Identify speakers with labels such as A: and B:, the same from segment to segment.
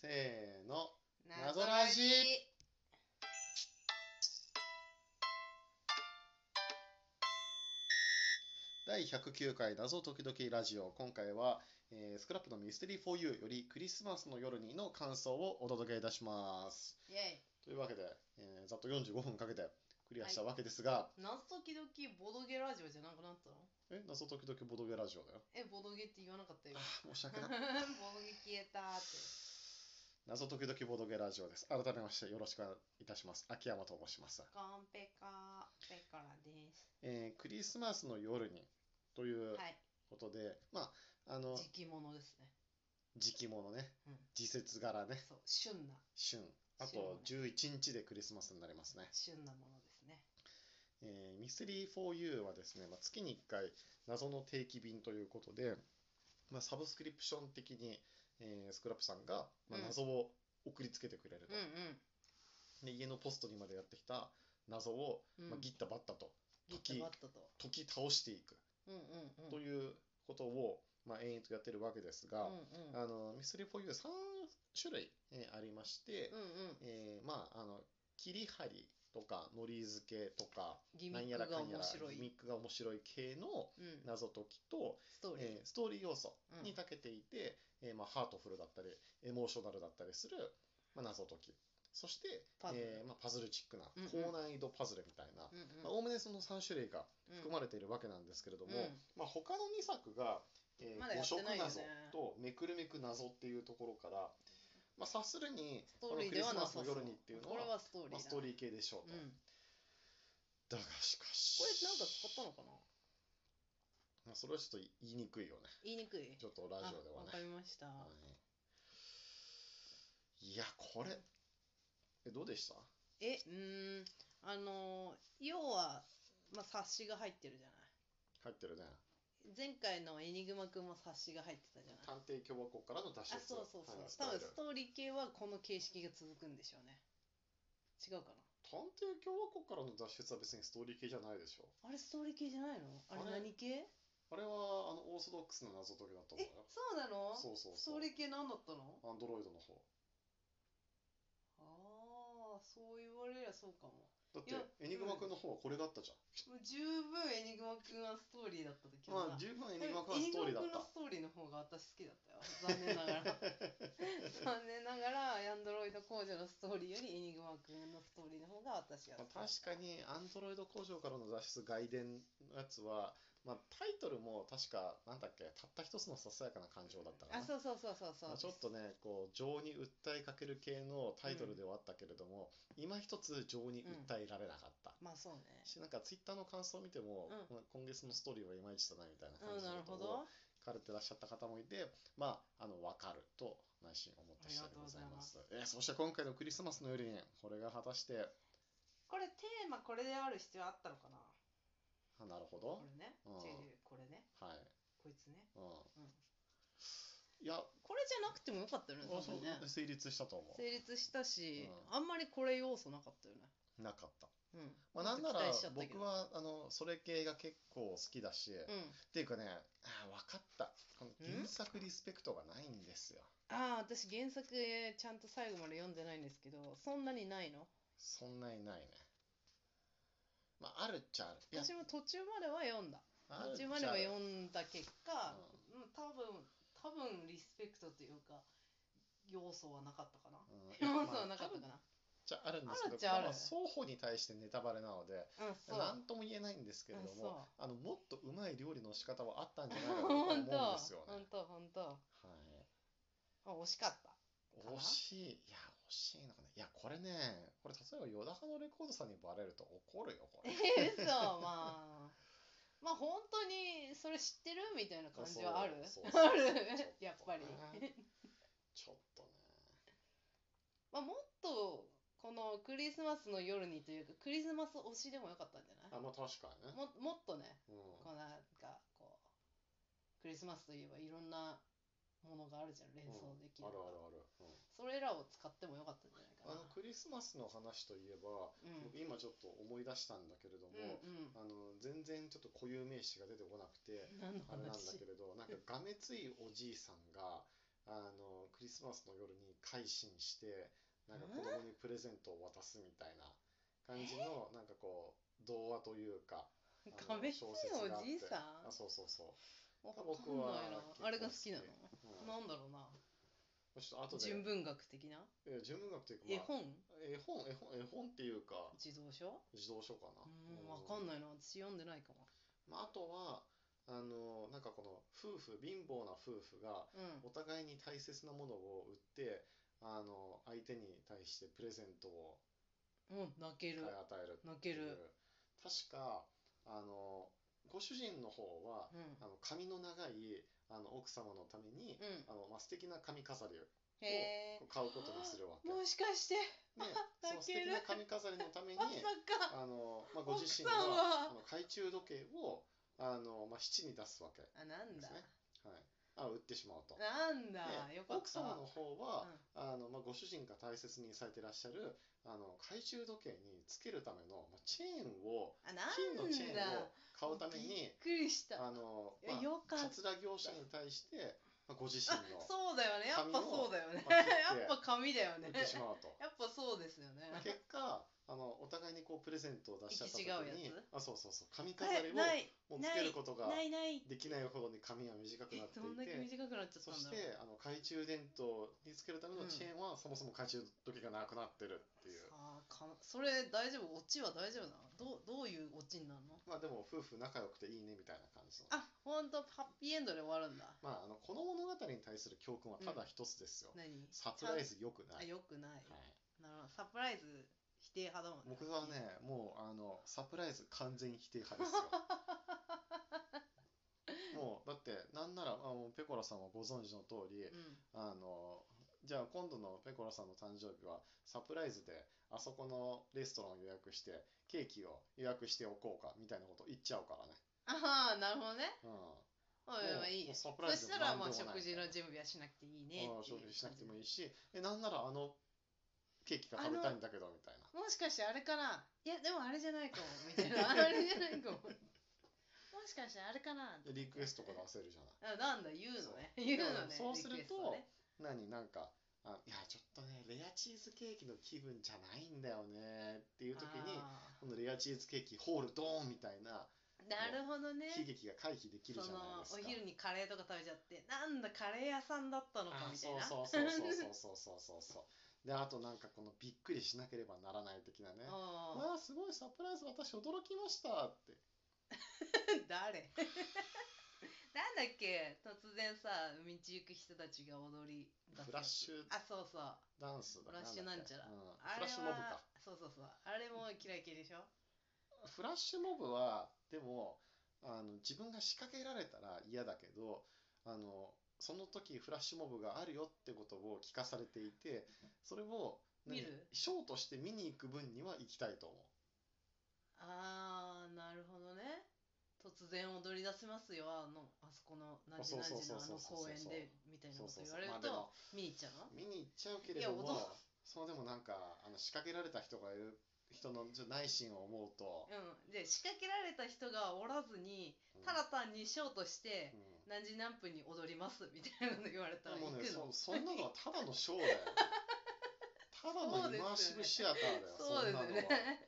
A: せーの謎ラジ第109回謎時々ラジオ今回は、えースクラップのミステリー 4U よりクリスマスの夜にの感想をお届けいたします
B: イェ
A: というわけで、えーざっと45分かけてクリアしたわけですが、
B: イ謎時々ボドゲラジオじゃなくなったの
A: え謎時々ボドゲラジオだよ
B: えボドゲって言わなかったよ
A: 申し
B: ボ
A: 訳ない
B: ドゲ消えたーって
A: 謎時々ボドゲラジオです改めましてよろしくいたします秋山と申します
B: カンペカペカラです
A: えークリスマスの夜にという
B: はい
A: ことで、まああの
B: 時期物ですね
A: 時期ものね、
B: うん
A: 時節柄ね
B: そう旬な
A: 旬あと11日でクリスマスになりますね、
B: 旬なものですね
A: えーミステリー 4U はですね、まあ、月に1回謎の定期便ということで、まあ、サブスクリプション的に、えースクラップさんが、まあ
B: うん
A: 謎を送りつけてくれる
B: う
A: と、
B: ん
A: で家のポストにまでやってきた謎を、
B: うん、うん
A: まあ、ギッタバッタと
B: ギ
A: 時
B: ッタバッタと
A: 解き倒していく
B: うんうんうん
A: ということを、まあ、延々とやってるわけですが、
B: うんうん
A: あのミステリー 4U は3種類、えーありまして、
B: うんうん
A: えーまああの切り張りとかのり付けとか
B: ギミ
A: なん
B: ッ
A: や
B: ク
A: らか
B: が
A: んやら
B: 面白
A: ギ
B: い、
A: ミックが面白い系の
B: うん、
A: 謎解きと、
B: ストーリー、
A: えーストーリー要素
B: うん
A: に長けていて、えーまあ、ハートフルだったりエモーショナルだったりする、まあ、謎解きそして
B: パズル
A: えーまあ、パズルチックな
B: うんうん
A: 高難易度パズルみたいな、
B: うんうん
A: まあおおむねその3種類が
B: うん
A: 含まれているわけなんですけれども、
B: うん
A: まあ、他の2作が、えー
B: まだや
A: 五
B: っ
A: 色
B: てないよね
A: 謎とめくるめく謎っていうところから、まあ、察するに
B: ストーリーではなさそう
A: このクリスマスの夜にっていうのは
B: これはストーリーだ、
A: まあ、ストーリー系でしょうと、
B: うん、
A: だがしかし
B: これなんか使ったのかな
A: まあ、それはちょっと言いにくいよね
B: 言いにくい
A: ちょっとラジオで
B: あ
A: は
B: わ
A: ね
B: かりました、
A: はいいやこれえどうでした
B: えうーんあのー要は、まあ、冊子が入ってるじゃな
A: 入ってるね
B: い前回のエニグマくんも冊子が入ってたじゃないあ
A: 探偵共和国からの脱出
B: そうそうそう、
A: はい
B: 多分
A: ス
B: ス
A: タイル
B: トーリー系はこの形式が続くんでしょうね違うか
A: 探偵共和国からの脱出は別にストーリー系じゃないでしょ
B: なあれストーリー系じゃないのあれ
A: あれ
B: 何系
A: あれはあのオーソドックスな謎解きだと思
B: え
A: うよ
B: そうなの
A: そうそうそう
B: ストーリー系何だったの
A: アンドロイドの方
B: ああそう言われりゃそうかも
A: だっ
B: いや
A: てエニグマくんの方はこれだったじゃん
B: もう十分エニグマくんはストーリーだった時は
A: まあ十分エ
B: エ
A: ニグマくんはストーリーだった
B: のストーリーの方が私好きだったよ残念ながら残念 ながらアンドロイド工場のストーリーよりエニグマくんのストーリーの方が私は
A: ま
B: 好
A: あ
B: きだ
A: 確
B: った
A: かにアンドロイド工場からの脱出外伝のやつは、まあ、タイトルも確かなんだっけたった一つのささやかな感情だったかな
B: あそうそうそうそうそう、
A: まあ、ちょっとねこう情に訴えかける系のタイトルではあったけれども、今一つ情に訴えられなかった、
B: まあそうね
A: しなんかツイッターの感想を見ても、
B: う
A: まあ今月のストーリーはいまいちだなみたいな感
B: うん
A: じ
B: な
A: の
B: る
A: こと
B: ほ
A: を
B: ど
A: 書かれてらっしゃった方もいてまああの分かると内心思った次第でございますえーそして今回のクリスマスの夜にこれが果たして
B: これテーマこれである必要あったのかな
A: あなるほど
B: これね、
A: うん
B: 違う違うこれね
A: はい、
B: こいつね
A: うん
B: うん
A: いや、
B: これじゃなくてもよかったよね多
A: あそう
B: 分ね
A: 成立したと思
B: 成立したし、
A: うん
B: あんまりこれ要素なかったよね
A: うなかった、
B: うん
A: まあ、なんなら
B: もっと期待しちゃったけど
A: 僕はあのそれ系が結構好きだし、
B: うん
A: っていうかね、あー分かった。この
B: ん
A: 原作リスペクトがないんですよ。
B: ああ私原作えーちゃんと最後まで読んでないんですけどそんなにないの
A: そんなにないね。まあ、あるっちゃある。いや
B: 私も途中までは読んだ
A: あるっ
B: 途
A: ち
B: 中
A: ゃ
B: ま
A: ある
B: では読んだ結果、うん、多分多分リスペクトというか要素はなかったかな
A: うんいや
B: 要
A: ま
B: 素は
A: あ
B: なかったか
A: あるっ
B: な、
A: ちゃあるんですけど、
B: あ
A: これは
B: るっちゃある
A: 双方に対してネタバレなので、
B: うんそう
A: なんとも言えないんですけれど
B: うん
A: もあ
B: そう、
A: のもっとうまい料理の仕方はあったんじゃないかなと思うん
B: 本当
A: ですよね。
B: 本当本当
A: はい。
B: あ惜し かったかな
A: 惜しい。いや、惜しいのかね。いや、これね、これ例えば、ヨダハのレコードさんにバレると怒るよ、こ
B: え
A: れ。
B: 嘘まあまあ本当にそれ知ってるみたいな感じはある
A: そうそう
B: ある
A: ちょとね
B: やっぱり
A: ちょっとね。
B: まあ、もっとこのクリスマスの夜にというかクリスマス推しでもよかったんじゃな
A: あ、
B: い
A: まあ確かにね。
B: ももっとね
A: うん
B: こうなんかこうクリスマスといえばいろんなものがあるじゃん連想できる
A: あ
B: の
A: る
B: が
A: あるある、うん
B: それらを使ってもよかったんじゃない
A: あ
B: かな
A: のクリスマスの話といえば、
B: うん
A: 僕今ちょっと思い出したんだけれども、
B: うん
A: あの全然ちょっと固有名詞が出てこなくて
B: うん何の
A: あれなんだ
B: 話
A: けれどなんかがめついおじいさんがあのクリスマスの夜に改心してなんか子供にプレゼントを渡すみたいな感じのなんかこう童話というかあの
B: 亀吉
A: 小
B: の
A: 説があっ
B: おじい
A: て
B: さん
A: あそうそうそ
B: わかん
A: 僕は
B: ない
A: 結構
B: なあれが好きなの
A: 好う、うん
B: なんだろうな
A: ちょっと後で
B: 純文学的な
A: えー純文学というか、
B: 絵
A: まあ、
B: 本
A: 絵本絵本絵本っていうか
B: 児童書
A: 児童書かな、
B: うんわかんないな私読んでないかも
A: まあ、あとはあのなんかこの夫婦貧乏な夫婦が
B: うん
A: お互いに大切なものを売ってあの相手に対してプレゼントを
B: うん泣け
A: 与
B: る
A: える
B: 泣ける
A: 確かあのご主人の方は、
B: うん
A: あの髪の長いあの奥様のために、
B: うん
A: あのまあ、素敵な髪飾りを
B: へえ
A: 買うことにするわけ。
B: もしかして
A: ね、その素 敵
B: 泣ける
A: な髪飾りのために
B: まさか
A: あの、まあ、ご自身
B: 奥さん
A: の
B: は
A: あの懐中時計をあの、まあ、七に出すわけ。
B: あなんだ
A: ですねはい、あ売ってしまうと。
B: なんだ
A: で
B: よかった
A: 奥様の方は、
B: うん
A: あのまあ、ご主人が大切にされてらっしゃるあの懐中時計につけるための、まあ、チェーンを
B: あな
A: 金のチェー
B: ん
A: ンを
B: だ
A: 買うため
B: びっ
A: に
B: くりした
A: あの、
B: いや
A: ま
B: よ
A: あ、
B: かった
A: かつら業者に対して、まあ、ご自身 の
B: そうだよねやっぱ
A: 紙を
B: そうだよね
A: まあ切って
B: やっぱ紙だよ
A: 売
B: ね
A: ってしまうと。
B: やっぱそうですよね
A: まあ結果あのお互いにこうプレゼントを出しちゃった時
B: 行き違
A: に
B: うや
A: あそうそうそう髪飾り
B: え
A: を
B: ない
A: もうつけることが
B: ないない
A: できないほどに髪は短くなって
B: どんだ
A: い
B: け
A: て
B: 短くなっちゃった
A: そ
B: ん
A: し
B: だ
A: て
B: ろう
A: あの懐中電灯につけるための
B: うん
A: チェーンは、そもそも懐中時計がなくなってるっていう
B: あーかそれ大丈夫オチは大丈夫なのどうどういうオチになるの
A: まあでも夫婦仲良くていいねみたいな感じの
B: あ本当ハッピーエンドで終わるんだ
A: まああのこの物語に対する教訓はただ一つですよ、
B: 何
A: サプライズ良くな
B: あ
A: い、
B: よくない、
A: はい
B: なるほどサプライズ否定派だもん
A: 僕はねもうあのサプライズ完全否定派です よもうだってなんならあもうペコラさんはご存知の通り
B: うん
A: あのじゃあ今度のペコラさんの誕生日はサプライズであそこのレストランを予約してケーキを予約しておこうかみたいなこと言っちゃうからね、
B: ああなるほどね
A: うん、
B: まあまあまあいい
A: もう
B: ね
A: サプ
B: そ
A: ライズ
B: したらま
A: で
B: あ
A: も何
B: 食
A: で
B: 事
A: もな
B: の
A: い
B: 準備はしなくていいね
A: うん
B: っていう
A: 食事しなくてもいい
B: い
A: しえなんならあのケーキが食べたいんだけどみたいな
B: もしかしてあれかないやでもあれじゃないかもみたい なあれじゃないかももしかしてあれかな
A: でリクエストが出せるじゃない
B: あなんだ言うのね言うのね
A: そうすると
B: リクエストね
A: 何なんかあいやちょっとねレアチーズケーキの気分じゃないんだよねっていう時に
B: あ
A: このレアチーズケーキホールドーンみたいな
B: ーなるほどね
A: 悲劇が回避できる
B: そ
A: じゃない
B: の
A: ですか。
B: お昼にカレーとか食べちゃってなんだカレー屋さんだったのか
A: あ
B: みたい
A: そう
B: な
A: そうそうそうそうそうそうそう。であとなんかこのびっくりしなければならない的なね。
B: あー
A: わあすごいサプライズ私驚きましたって。
B: 誰 なんだっけ突然さ道行く人たちが踊り出すやつ
A: フラッシュ
B: あそうそう
A: ダンスだ
B: フラッシュなんちゃら
A: だっけうん
B: あ
A: フラ
B: れ
A: ッシュモブか
B: は。そうそうそうあれもキラキラでしょ
A: フラッシュモブはでもあの自分が仕掛けられたら嫌だけどあのその時フラッシュモブがあるよってことを聞かされていてそれを何
B: 見る
A: ショーとして見に行く分には行きたいと思
B: あーなるほどね突然踊り出せますよあのあそこの何
A: そ
B: 時
A: う
B: 何
A: そうそうそうそうそう。
B: 時のあの公園でみたいうな
A: そ
B: こ
A: う
B: と
A: そう
B: 言
A: そ
B: わ
A: う
B: れる
A: まあでも
B: と見に行っちゃうの
A: 見に行っちゃうけれど
B: いや
A: も
B: 踊
A: そうでもなんかあの仕掛けられた人がいる人のちょっと内心を思うと、
B: うん、で仕掛けられた人がおらずに
A: うん
B: ただ単にショーとして
A: うん
B: 何時何分に踊りますみたいなの言われたら行
A: もう
B: く
A: ねそ
B: の
A: そんなのはただのショー だよただのイマーシブシアターだよ
B: そうです
A: んな
B: よ
A: の
B: ね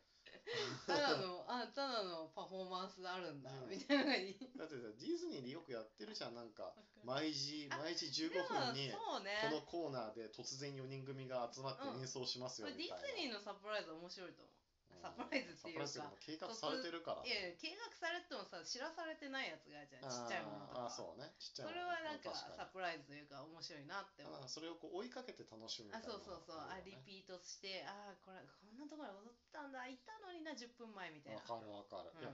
A: は。
B: ただのあ ただのパフォーマンスあるんだ
A: うん
B: みたいなのがいい
A: だってさディズニーでよくやってるじゃんなんか毎時毎時15
B: でも
A: 分にこ
B: そうね
A: のコーナーで突然4人組が集まって
B: うん
A: 演奏します
B: こ
A: よ
B: れ
A: みた
B: ディ
A: いな、
B: ズニーのサプライズは面白いと思う
A: うん
B: サプライズっていうか
A: サプライズっていうかもう計画されてるから
B: いやいや計画されてもさ知らされてないやつがあるじゃんちっちゃいものと
A: あーあー
B: か
A: そうねちっち
B: そ
A: ゃいも
B: れ
A: の
B: はなんか
A: 確
B: サプライズというか面白いなって思う
A: あーそれをこう追いかけて楽しむみた
B: あ
A: いな
B: そうそうそうあ
A: る
B: リ
A: よね
B: ピートしてあーこれこんなところで踊ったんだいたのにな10分前みたいな
A: わかるわかる、
B: うん
A: いや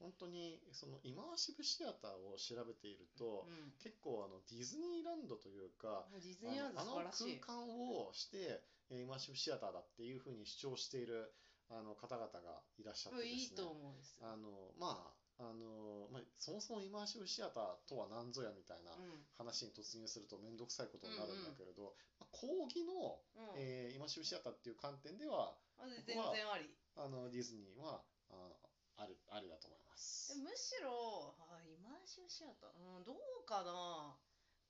A: 本当にそのイマーシブシアターを調べていると、
B: うん
A: 結構あのディズニーランドというか、
B: ディズニーランド
A: あ
B: 素
A: の
B: 晴らしい
A: あの空間をして、えーイマーシブシアターだっていうふうに主張しているあの方々がいらっしゃって
B: うん
A: ですね
B: いいと思うんですよ
A: あのまああの、まあ、そもそもイマーシブシアターとは何ぞやみたいな
B: う
A: 話に突入すると面倒くさいことになるんだけれど、まあ、講義の、
B: んうん
A: えーイマーシブシアターっていう観点では
B: あ全然あり
A: あのディズニーはああるありだと思いま
B: え
A: す。
B: むしろあイマーシブシアター、うん、どうかな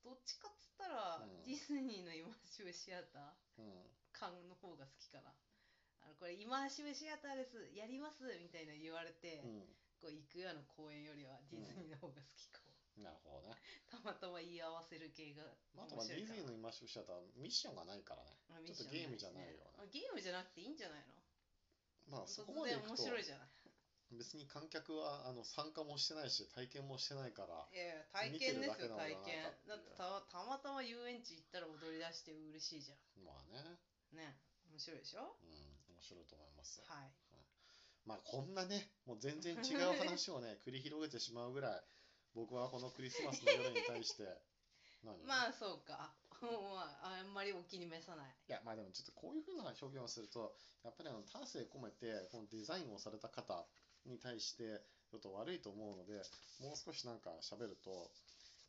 B: どっちかっつったら、
A: うん
B: ディズニーのイマーシブシアター
A: うん
B: 感の方が好きかなあのこれイマーシブシアターですやりますみたいな言われて、
A: う
B: こう行くような公演よりはディズニーの方が好きかも、
A: ん、なるほどね。
B: たまたま言い合わせる系が
A: まあ、あとはディズニーの
B: の
A: イマーシブシアターはミッションがないからね。ちょっとゲームじゃないよね
B: ゲームじゃなくていいんじゃないの
A: まあそこま
B: 突
A: で
B: 然
A: 行く
B: 面
A: と
B: 白いじゃない
A: 別に観客はあの参加もしてないし体験もしてないから。
B: いやいや体験です
A: 見て
B: よ
A: るだけなの
B: 体
A: かな
B: 験だってたまたまたま遊園地行ったら踊り出して嬉しいじゃ
A: まあね、
B: んね面白いでしょ
A: うん、面白いと思います。
B: はい
A: まあこんなね、もう全然違う話をね、繰り広げてしまうぐらい、僕はこのクリスマスの夜に対して、何
B: まあそうか まああんまりお気に召さない
A: いやまあでもちょっとこういうふうな表現をするとやっぱりあの丹精込めてこのデザインをされた方に対してちょっと悪いと思うのでもう少しなんか喋ると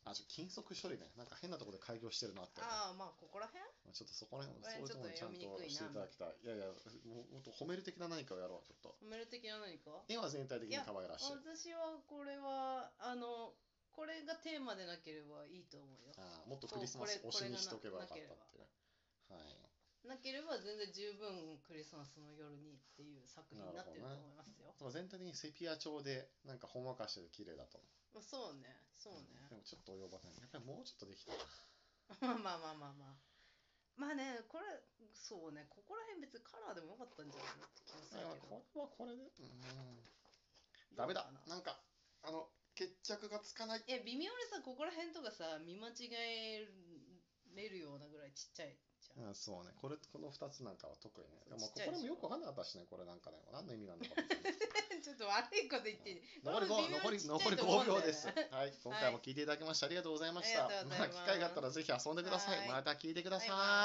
A: あちょ金属処理ねなんか変なところで開業してるなって、
B: ああまあここら辺
A: ちょっとそこら辺
B: これ
A: そういうところにちゃんとしていただきたいいやいやもうもっと褒める的な何かをやろうちょっと
B: 褒める的な何か
A: 絵は全体的に可愛らしい
B: 私はこれはあのこれがテーマでなければいいと思うよ
A: あーもっとクリスマス推しにしておけばよかったっていうはい
B: なければ全然十分クリスマスの夜にっていう作品になってると思いますよ、
A: でも全体的にセピア調でなんかほんわかしてて綺麗だと思う
B: まあそうねそうね、
A: でもちょっと及ばないやっぱりもうちょっとできた
B: まあまあまあまあまあまあねこれそうねここら辺別にカラーでもよかったんじゃないのって気がする
A: いや
B: けど
A: これはこれで、うーん、ダメだ
B: どうかな
A: なんかあの決着がつかない
B: いや微妙にさここら辺とかさ見間違えれるようなぐらいちっちゃい じゃん、
A: うん、そうねこれこの2つなんかは特にね
B: そう
A: もう
B: ちっ
A: こ
B: ちゃい
A: れ
B: で
A: も
B: しょ
A: よくわかんなかったしねこれなんかね何の意味なんだ か分かんない
B: ちょっと悪いこと言ってね
A: 残り
B: これ
A: 5残り
B: 微妙に
A: 残
B: ちっちゃい
A: り
B: と思う
A: 5
B: んだよ
A: 秒
B: ね
A: ですはい今回も聞いていただきましてありがとうございました、
B: ありがとうございます
A: 機会があったらぜひ遊んでください
B: はい
A: また聞いてください
B: バイバイ